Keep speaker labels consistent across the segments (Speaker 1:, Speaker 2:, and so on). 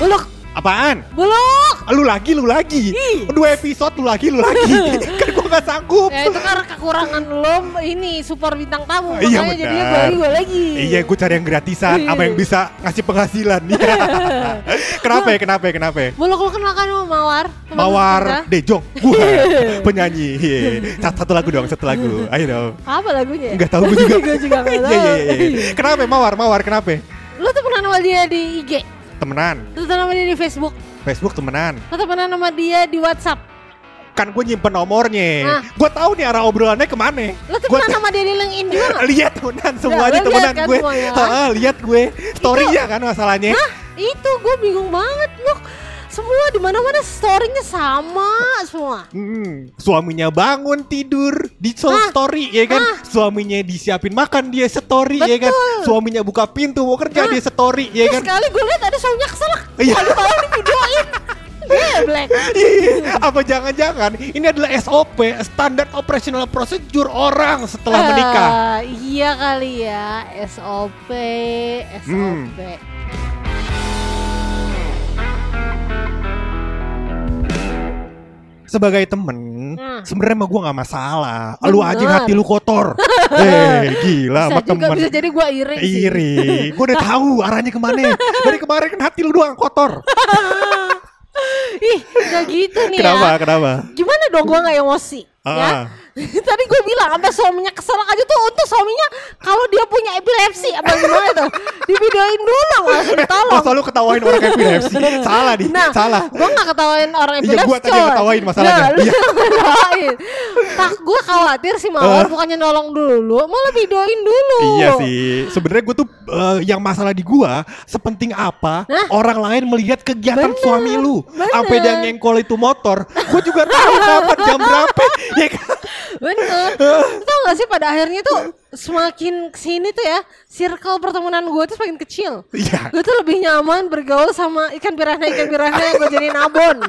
Speaker 1: Buluk,
Speaker 2: Apaan? Ah,
Speaker 1: buluk.
Speaker 2: Lu lagi, lu lagi.
Speaker 1: Ih.
Speaker 2: Dua episode lu lagi, lu lagi. kan gua gak sanggup.
Speaker 1: Ya itu karena kekurangan lo ini support bintang tamu.
Speaker 2: Iya,
Speaker 1: makanya jadinya gue
Speaker 2: benar.
Speaker 1: lagi, gue lagi.
Speaker 2: Iya, gue cari yang gratisan sama yang bisa ngasih penghasilan. Iya. kenapa ya? Kenapa ya? Kenapa ya?
Speaker 1: Buluk lo kenalkan sama Mawar. teman kita.
Speaker 2: Mawar Dejong, gue penyanyi. Iya. Satu, satu lagu dong, satu lagu. Ayo dong.
Speaker 1: Apa lagunya?
Speaker 2: Enggak tahu gue juga.
Speaker 1: Gua juga nggak
Speaker 2: Iya, iya,
Speaker 1: tahu.
Speaker 2: iya, iya. Kenapa ya? Mawar? Mawar kenapa? ya?
Speaker 1: Lo temenan sama dia di IG,
Speaker 2: Temenan,
Speaker 1: lo temenan sama dia di Facebook,
Speaker 2: Facebook temenan.
Speaker 1: lo temenan sama dia di WhatsApp,
Speaker 2: Kan gue nyimpen nomornya.
Speaker 1: Ah.
Speaker 2: Gue tahu nih arah obrolannya kemana.
Speaker 1: lo
Speaker 2: Gua
Speaker 1: temenan sama dia di LinkedIn juga. nggak?
Speaker 2: lihat temenan semuanya
Speaker 1: lo lihat
Speaker 2: temenan
Speaker 1: kan
Speaker 2: gue
Speaker 1: semuanya?
Speaker 2: Heeh, lihat gue storynya kan masalahnya
Speaker 1: Hah? Itu gue bingung banget lo. Semua di mana mana storynya sama semua.
Speaker 2: Hmm, suaminya bangun tidur di so-
Speaker 1: Hah?
Speaker 2: story ya kan
Speaker 1: Hah?
Speaker 2: suaminya disiapin makan dia story ya kan
Speaker 1: Betul.
Speaker 2: suaminya buka pintu mau kerja
Speaker 1: Hah?
Speaker 2: dia story ya kan
Speaker 1: Terus Iya sekali gue liat ada suaminya keselak.
Speaker 2: Iya.
Speaker 1: Aduh, malah di videoin. Gue black.
Speaker 2: Iya, apa jangan-jangan ini adalah SOP standar operational procedure orang setelah menikah
Speaker 1: Eh, iya kali ya, SOP,
Speaker 2: Hmm.
Speaker 1: SOP.
Speaker 2: sebagai temen
Speaker 1: Hmm.
Speaker 2: sebenarnya mah gue nggak masalah lu aja yang
Speaker 1: Bener.
Speaker 2: hati lu kotor eh gila
Speaker 1: Bisa
Speaker 2: sama
Speaker 1: juga
Speaker 2: temen
Speaker 1: bisa jadi gua iri. sih.
Speaker 2: iri gue udah tahu arahnya kemana dari kemarin kan hati lu doang kotor
Speaker 1: Ih, nggak gitu nih
Speaker 2: kenapa
Speaker 1: ya.
Speaker 2: kenapa
Speaker 1: Gimana dong gua nggak emosi? Ya.
Speaker 2: Ah.
Speaker 1: Tadi gue bilang sampai suaminya keselak aja tuh untuk suaminya kalau dia punya epilepsi apa gimana tuh divideoin dulu langsung ditolong.
Speaker 2: Masa lu ketawain orang epilepsi? Salah nih,
Speaker 1: Nah,
Speaker 2: salah.
Speaker 1: Gue gak ketawain orang
Speaker 2: Iya,
Speaker 1: epilepsi
Speaker 2: gua tadi yang
Speaker 1: coy.
Speaker 2: ketawain masalahnya.
Speaker 1: Nah, lu
Speaker 2: Iya.
Speaker 1: yang ketawain. Tak gue khawatir sih Mawar
Speaker 2: Eh.
Speaker 1: bukannya nolong dulu, malah videoin dulu.
Speaker 2: Iya sih. Sebenarnya gue tuh eh, yang masalah di gua sepenting apa
Speaker 1: Hah?
Speaker 2: orang lain melihat kegiatan
Speaker 1: Bener,
Speaker 2: suami lu.
Speaker 1: bener.
Speaker 2: Sampai dia ngengkol itu motor, gue juga tahu kapan jam berapa. Ya kan?
Speaker 1: Bener. Tau gak sih pada akhirnya tuh semakin kesini tuh ya, circle pertemanan gue tuh semakin kecil.
Speaker 2: Iya.
Speaker 1: Gue tuh lebih nyaman bergaul sama ikan piranha ikan piranha yang gue jadiin abon.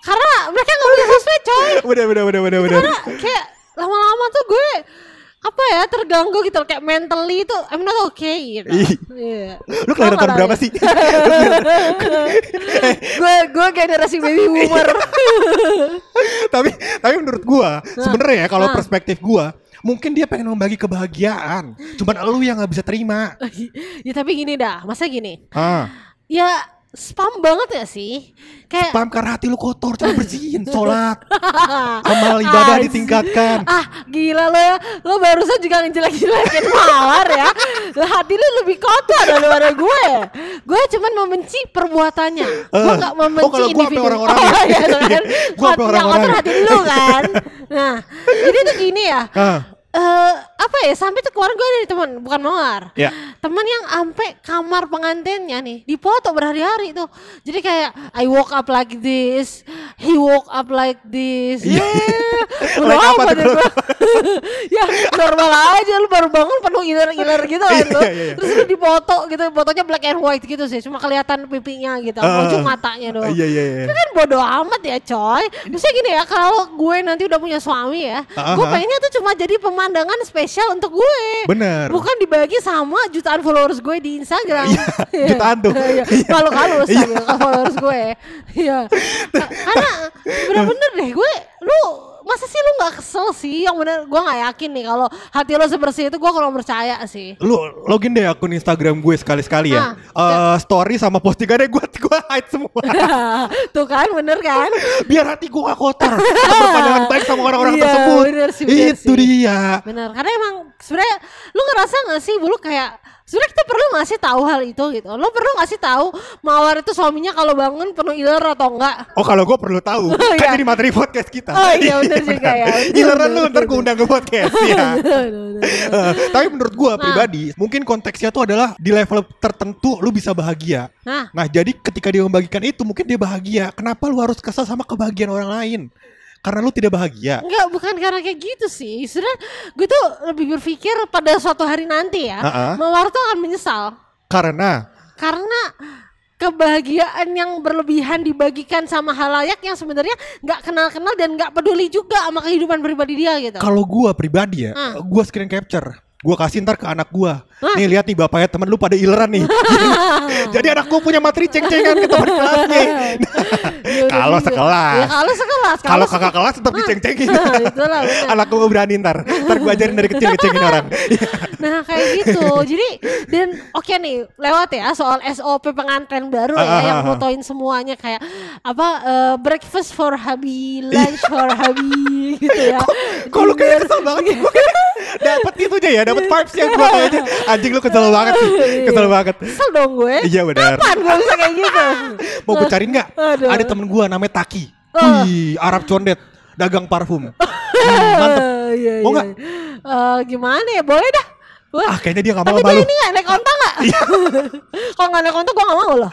Speaker 1: Karena mereka gak punya sosmed coy.
Speaker 2: Bener bener bener bener bener.
Speaker 1: karena kayak lama-lama tuh gue apa ya terganggu gitu loh, kayak mentally itu I'm not okay gitu.
Speaker 2: Ih.
Speaker 1: Iya.
Speaker 2: Lu kelahiran tahun berapa sih?
Speaker 1: Gue gue generasi baby boomer.
Speaker 2: tapi tapi menurut gua sebenarnya ya kalau
Speaker 1: Nah.
Speaker 2: perspektif gua mungkin dia pengen membagi kebahagiaan cuman lu yang nggak bisa terima
Speaker 1: ya tapi gini dah, masa gini.
Speaker 2: ah
Speaker 1: Ya spam banget ya sih? Kayak
Speaker 2: paham karena hati lu kotor coba bersihin sholat amal ibadah
Speaker 1: Ah,
Speaker 2: ditingkatkan
Speaker 1: Ah, gila lo ya. Lo barusan juga ngejelek-jelekin mawar ya. Lah hati lo lebih kotor daripada gue. Gue cuman membenci perbuatannya. Gue
Speaker 2: Eh,
Speaker 1: gak membenci
Speaker 2: oh, kalau gue sampai
Speaker 1: individu.
Speaker 2: orang-orang
Speaker 1: Oh,
Speaker 2: ya.
Speaker 1: iya, kan?
Speaker 2: Gue sampai
Speaker 1: Yang
Speaker 2: orang-orang
Speaker 1: kotor
Speaker 2: ya.
Speaker 1: hati lo kan. Nah, jadi tuh gini ya.
Speaker 2: Ah.
Speaker 1: Eh, apa ya sampai tuh kemarin gue dari teman bukan mawar
Speaker 2: Ya.
Speaker 1: teman yang ampe kamar pengantinnya nih dipoto berhari-hari tuh jadi kayak I woke up like this he woke up like this
Speaker 2: Iya.
Speaker 1: yeah.
Speaker 2: Like
Speaker 1: Wow,
Speaker 2: apa tuh,
Speaker 1: badan
Speaker 2: bro?
Speaker 1: gua. ya normal aja lu baru bangun penuh iler-iler gitu kan lu.
Speaker 2: Iya, iya, iya.
Speaker 1: terus lu dipoto gitu fotonya black and white gitu sih cuma kelihatan pipinya gitu
Speaker 2: Ah.
Speaker 1: ujung matanya doang
Speaker 2: Iya, iya, iya.
Speaker 1: Itu kan bodoh amat ya coy Maksudnya gini ya kalau gue nanti udah punya suami ya
Speaker 2: Ah,
Speaker 1: gue
Speaker 2: ah.
Speaker 1: pengennya tuh cuma jadi pemandangan spesial untuk gue
Speaker 2: Bener.
Speaker 1: bukan dibagi sama jutaan followers gue di Instagram
Speaker 2: Iya,
Speaker 1: Iya.
Speaker 2: jutaan tuh.
Speaker 1: Iya,
Speaker 2: Iya.
Speaker 1: malu halus
Speaker 2: Iya.
Speaker 1: tapi kalau followers gue iya Ka- karena bener-bener deh gue lu masa sih lu nggak kesel sih yang bener gue nggak yakin nih kalau hati lo sebersih itu gue kalau percaya sih
Speaker 2: lu login deh akun Instagram gue sekali-sekali ya. Eh,
Speaker 1: Ah.
Speaker 2: story sama postingannya gue gue hide semua.
Speaker 1: tuh kan bener kan
Speaker 2: Biar hati gue gak kotor. Tetap Berpandangan baik sama orang-orang
Speaker 1: Iya,
Speaker 2: tersebut.
Speaker 1: bener sih, bener
Speaker 2: Itu
Speaker 1: sih.
Speaker 2: dia.
Speaker 1: Benar, karena emang sebenarnya lu ngerasa gak sih bulu kayak sebenarnya kita perlu gak sih tahu hal itu gitu. Lu perlu gak sih tahu mawar itu suaminya kalau bangun penuh iler atau enggak?
Speaker 2: Oh kalau gue perlu tahu
Speaker 1: iya.
Speaker 2: kan ini materi podcast kita.
Speaker 1: Oh, iya, bener juga ya. Bener,
Speaker 2: Giliran
Speaker 1: bener,
Speaker 2: lu ntar
Speaker 1: bener.
Speaker 2: gue undang ke podcast ya.
Speaker 1: Aduh, aduh, aduh.
Speaker 2: Eh, tapi menurut gua
Speaker 1: Nah.
Speaker 2: pribadi mungkin konteksnya tuh adalah di level tertentu lu bisa bahagia.
Speaker 1: Nah.
Speaker 2: jadi ketika dia membagikan itu mungkin dia bahagia. Kenapa lu harus kesal sama kebahagiaan orang lain? Karena lu tidak bahagia.
Speaker 1: Enggak, bukan karena kayak gitu sih. Sebenarnya gue tuh lebih berpikir pada suatu hari nanti ya,
Speaker 2: Ha-ha.
Speaker 1: mawar tuh akan menyesal.
Speaker 2: Karena
Speaker 1: karena kebahagiaan yang berlebihan dibagikan sama halayak yang sebenarnya nggak kenal-kenal dan nggak peduli juga sama kehidupan pribadi dia gitu.
Speaker 2: Kalau gua pribadi ya,
Speaker 1: Ah.
Speaker 2: gua screen capture. Gua kasih ntar ke anak gua.
Speaker 1: Ah.
Speaker 2: Nih lihat nih bapaknya temen lu pada ileran nih. Jadi anak gua punya materi ceng-cengan ke teman kelasnya.
Speaker 1: Iya, Ya
Speaker 2: Nah,
Speaker 1: udah
Speaker 2: Kalau
Speaker 1: gitu.
Speaker 2: sekelas.
Speaker 1: Ya kalau sekelas.
Speaker 2: Kalau
Speaker 1: se-
Speaker 2: kakak kelas tetap diceng-cengin.
Speaker 1: Nah, itulah, benar.
Speaker 2: anak gua nggak berani ntar. Ntar gua ajarin dari kecil ngecengin orang.
Speaker 1: Nah kayak gitu. Jadi dan oke nih lewat ya soal SOP pengantin baru
Speaker 2: Ah, ah,
Speaker 1: ya yang
Speaker 2: ah, ah.
Speaker 1: fotoin semuanya kayak apa eh, breakfast for hubby, lunch for hubby gitu ya.
Speaker 2: Kok lu kayaknya kesel banget sih? Gua kayak dapet itunya ya, dapet vibes yang gua kayaknya. Anjing lu kesel banget sih,
Speaker 1: Iya.
Speaker 2: kesel banget.
Speaker 1: Kesel dong gue.
Speaker 2: Iya, benar.
Speaker 1: Kapan gue bisa kayak gitu?
Speaker 2: Mau gue cariin nggak?
Speaker 1: Aduh.
Speaker 2: Ada temen gua namanya Taki.
Speaker 1: Ah.
Speaker 2: Wih, Arab condet, dagang parfum. Hmm, mantep.
Speaker 1: Eh, iya,
Speaker 2: Mau
Speaker 1: iya.
Speaker 2: nggak?
Speaker 1: Eh, gimana ya? Boleh dah. Wah,
Speaker 2: Ah, kayaknya dia nggak mau
Speaker 1: Tapi
Speaker 2: sama
Speaker 1: dia
Speaker 2: lu. Iya.
Speaker 1: ini gak naik onta gak? Kalau gak naik onta gue gak mau loh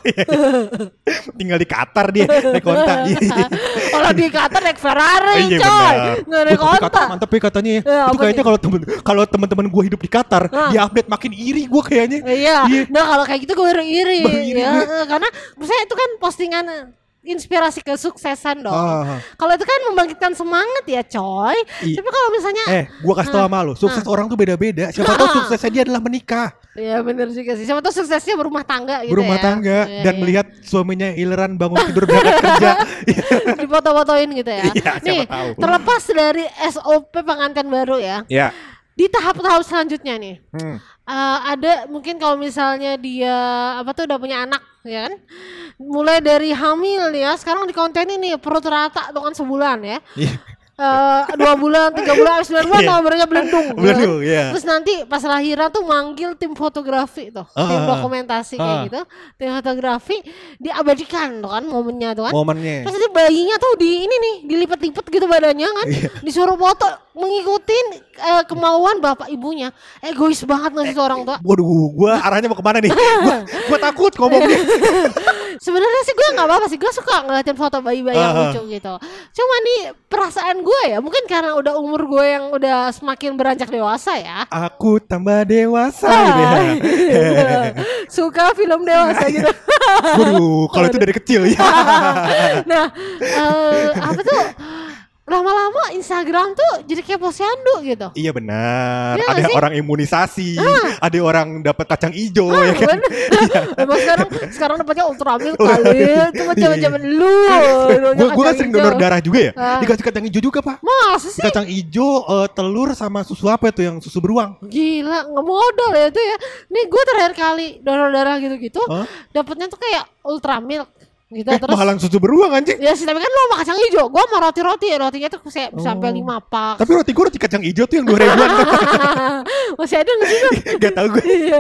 Speaker 2: Tinggal di Qatar dia, naik onta. Iya, iya.
Speaker 1: Kalau di Qatar naik Ferrari
Speaker 2: Iya,
Speaker 1: coy
Speaker 2: benar.
Speaker 1: Gak naik
Speaker 2: Wih, tapi
Speaker 1: onta
Speaker 2: Qatar mantep ya katanya ya.
Speaker 1: Ya,
Speaker 2: Itu
Speaker 1: apa
Speaker 2: kayaknya
Speaker 1: nih?
Speaker 2: kalau temen kalau teman-teman gue hidup di Qatar,
Speaker 1: Ah.
Speaker 2: dia update makin iri gue kayaknya.
Speaker 1: Iya Nah kalau kayak gitu gue baru iri
Speaker 2: Baru iri.
Speaker 1: ya, eh, Karena misalnya itu kan postingan eh, inspirasi kesuksesan dong
Speaker 2: Ah.
Speaker 1: Kalau itu kan membangkitkan semangat ya coy
Speaker 2: I-
Speaker 1: Tapi kalau misalnya
Speaker 2: Eh, gue kasih
Speaker 1: Ah.
Speaker 2: tau sama lu, sukses orang tuh beda-beda. Siapa tahu suksesnya dia adalah menikah,
Speaker 1: Ya bener juga sih Siapa tau suksesnya berumah tangga gitu
Speaker 2: berumah
Speaker 1: ya.
Speaker 2: tangga,
Speaker 1: Iya,
Speaker 2: dan
Speaker 1: iya.
Speaker 2: melihat suaminya ileran bangun tidur berangkat kerja. Iya.
Speaker 1: Dipoto-fotoin gitu ya
Speaker 2: Iya, siapa
Speaker 1: Nih
Speaker 2: tahu.
Speaker 1: terlepas dari SOP pengantin baru ya
Speaker 2: Ya.
Speaker 1: Di tahap-tahap selanjutnya nih
Speaker 2: Hmm.
Speaker 1: Eh, ada mungkin kalau misalnya dia apa tuh udah punya anak ya kan mulai dari hamil ya sekarang di konten ini perut rata tuh kan sebulan ya
Speaker 2: Iya.
Speaker 1: Eh, dua bulan tiga bulan habis sembilan bulan
Speaker 2: Iya.
Speaker 1: nomornya belendung ya kan?
Speaker 2: Belendung, iya.
Speaker 1: terus nanti pas lahiran tuh manggil tim fotografi tuh tim
Speaker 2: Ah,
Speaker 1: dokumentasi kayak
Speaker 2: ah.
Speaker 1: gitu tim fotografi diabadikan tuh kan
Speaker 2: Oh.
Speaker 1: momennya tuh kan
Speaker 2: Momennya.
Speaker 1: Terus dia bayinya tuh di ini nih dilipet-lipet gitu badannya kan,
Speaker 2: Iya.
Speaker 1: disuruh foto mengikutin eh, kemauan bapak ibunya. Egois banget nggak sih tuh orang tua?
Speaker 2: Waduh, gue arahnya mau kemana nih? Gue gua takut ngomongnya.
Speaker 1: Sebenarnya sih gue nggak apa-apa sih, gue suka ngeliatin foto bayi-bayi yang
Speaker 2: Ah, ah.
Speaker 1: lucu gitu. Cuma nih perasaan gue ya, mungkin karena udah umur gue yang udah semakin beranjak dewasa ya.
Speaker 2: Aku tambah dewasa. gitu ya.
Speaker 1: Ah, suka film dewasa gitu.
Speaker 2: Waduh, kalau itu dari kecil ya.
Speaker 1: nah, eh, apa tuh? Lama-lama Instagram tuh jadi kayak posyandu gitu.
Speaker 2: Iya benar.
Speaker 1: Iya nggak
Speaker 2: ada
Speaker 1: sih? Ah.
Speaker 2: orang imunisasi, ada orang dapat kacang ijo ya kan.
Speaker 1: Bener. Emang sekarang sekarang dapatnya ultramil kali. Cuma zaman zaman lu.
Speaker 2: Gue gue Iya. kan sering donor darah juga ya.
Speaker 1: Ah.
Speaker 2: Dikasih kacang ijo juga pak.
Speaker 1: Masa sih?
Speaker 2: Kacang ijo, eh, telur sama susu apa itu yang susu beruang.
Speaker 1: Gila, nggak modal ya itu ya. Nih gue terakhir kali donor darah gitu-gitu,
Speaker 2: Hah?
Speaker 1: dapatnya tuh kayak ultramil gitu
Speaker 2: Eh,
Speaker 1: terus.
Speaker 2: mahalan susu beruang anjing.
Speaker 1: Ya sih, tapi kan lu sama kacang hijau. Gua sama roti-roti, rotinya tuh saya
Speaker 2: Oh.
Speaker 1: sampai lima pak.
Speaker 2: Tapi roti gue roti kacang ijo tuh yang dua ribuan.
Speaker 1: Masih ada nggak sih? Bang?
Speaker 2: Gak tau gue.
Speaker 1: Iya.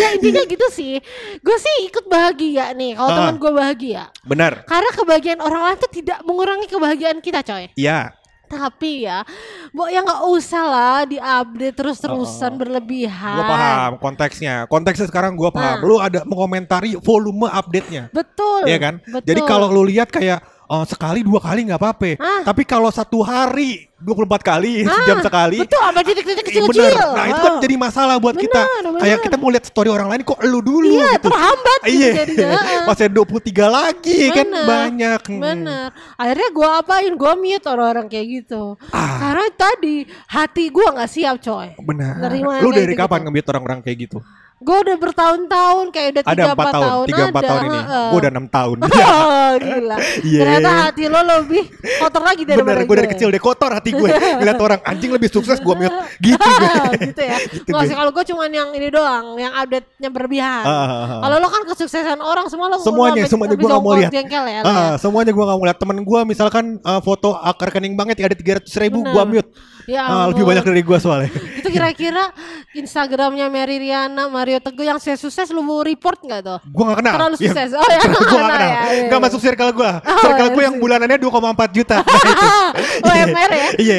Speaker 1: ya intinya gitu sih. Gue sih ikut bahagia nih. Kalau
Speaker 2: Ah.
Speaker 1: teman gue bahagia,
Speaker 2: Benar.
Speaker 1: karena kebahagiaan orang lain tuh tidak mengurangi kebahagiaan kita, coy.
Speaker 2: Iya.
Speaker 1: Tapi ya, Mbok ya nggak usah lah diupdate terus-terusan berlebihan.
Speaker 2: Gue Oh. paham konteksnya. Konteksnya sekarang gue paham. Lu ada mengomentari volume update-nya.
Speaker 1: Ah. Betul.
Speaker 2: Iya kan?
Speaker 1: Betul.
Speaker 2: Jadi kalau lu lihat kayak eh, sekali dua kali nggak apa-apa.
Speaker 1: Ah.
Speaker 2: Tapi kalau satu hari 24 kali, sejam sekali.
Speaker 1: Betul, apa titik-titik
Speaker 2: Iya
Speaker 1: kecil-kecil.
Speaker 2: bener. Nah itu kan
Speaker 1: Ah.
Speaker 2: jadi masalah buat
Speaker 1: Bener,
Speaker 2: kita. Kayak
Speaker 1: bener.
Speaker 2: kita mau lihat story orang lain kok elu dulu
Speaker 1: Iya,
Speaker 2: gitu.
Speaker 1: terhambat gitu
Speaker 2: Iya.
Speaker 1: jadinya. Ah.
Speaker 2: Masih ada 23 lagi kan
Speaker 1: Bener,
Speaker 2: banyak. Hmm.
Speaker 1: Bener. Akhirnya gua apain? Gua mute orang-orang kayak gitu.
Speaker 2: Ah.
Speaker 1: Karena tadi hati gua nggak siap, coy.
Speaker 2: Benar.
Speaker 1: Nerima
Speaker 2: Lu
Speaker 1: kayak
Speaker 2: dari
Speaker 1: gitu-gitu.
Speaker 2: kapan nge-mute orang-orang kayak gitu?
Speaker 1: Gua udah bertahun-tahun kayak udah
Speaker 2: Ada
Speaker 1: 3
Speaker 2: 4 tahun, 3 4 tahun ini.
Speaker 1: heeh.
Speaker 2: Gua udah 6 tahun.
Speaker 1: Ah, Oh, gila.
Speaker 2: Iya.
Speaker 1: Ternyata hati lo lebih kotor lagi
Speaker 2: Bener,
Speaker 1: daripada
Speaker 2: gue dari kecil deh kotor hati gue Lihat orang anjing lebih sukses gue mute Gitu gue
Speaker 1: gitu ya.
Speaker 2: Gitu
Speaker 1: Nggak
Speaker 2: gue.
Speaker 1: sih kalau gue cuman yang ini doang, yang update-nya berlebihan.
Speaker 2: Ah, ah, ah.
Speaker 1: Kalau lo kan kesuksesan orang semua lo
Speaker 2: Semuanya,
Speaker 1: lo sampai-
Speaker 2: semuanya
Speaker 1: sampai
Speaker 2: gue gak mau
Speaker 1: jongkok,
Speaker 2: lihat
Speaker 1: Jengkel ya, lo ya.
Speaker 2: Ah, Semuanya gue gak mau lihat Temen gue misalkan eh, foto ak- rekening banknya ada 300 ribu
Speaker 1: Bener.
Speaker 2: Gue mute
Speaker 1: Ya
Speaker 2: Ah, Lebih
Speaker 1: ampun.
Speaker 2: banyak dari gue soalnya
Speaker 1: Itu kira-kira Instagramnya Mary Riana, Mario Teguh yang saya sukses lo mau report nggak tuh?
Speaker 2: Gue gak kenal
Speaker 1: Terlalu
Speaker 2: Iya.
Speaker 1: sukses. Oh ya,
Speaker 2: gue gak
Speaker 1: kenal
Speaker 2: kenal
Speaker 1: ya, iya,
Speaker 2: Gak
Speaker 1: iya.
Speaker 2: masuk circle gue
Speaker 1: Oh,
Speaker 2: Circle gue
Speaker 1: iya
Speaker 2: yang
Speaker 1: sih.
Speaker 2: bulanannya 2,4 juta Nah, itu.
Speaker 1: Ah, UMR ya?
Speaker 2: Iya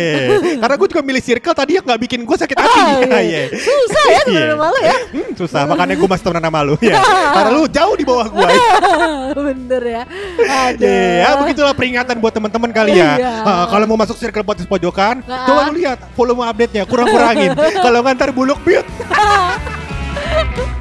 Speaker 2: Karena gue juga milih circle tadi yang gak bikin gue sakit hati
Speaker 1: Oh,
Speaker 2: Iya,
Speaker 1: iya.
Speaker 2: iya.
Speaker 1: Susah ya
Speaker 2: Iya.
Speaker 1: teman malu ya.
Speaker 2: Hmm, Susah makanya gue masih temenan sama lu ya. Karena lu jauh di bawah gue
Speaker 1: Iya. Bener ya. Aduh.
Speaker 2: Ya, begitulah peringatan buat teman-teman kali ya.
Speaker 1: Iya.
Speaker 2: Ah, kalau mau masuk circle podcast pojokan,
Speaker 1: Nah.
Speaker 2: coba lu lihat volume update-nya kurang-kurangin. kalau nggak ntar buluk mute.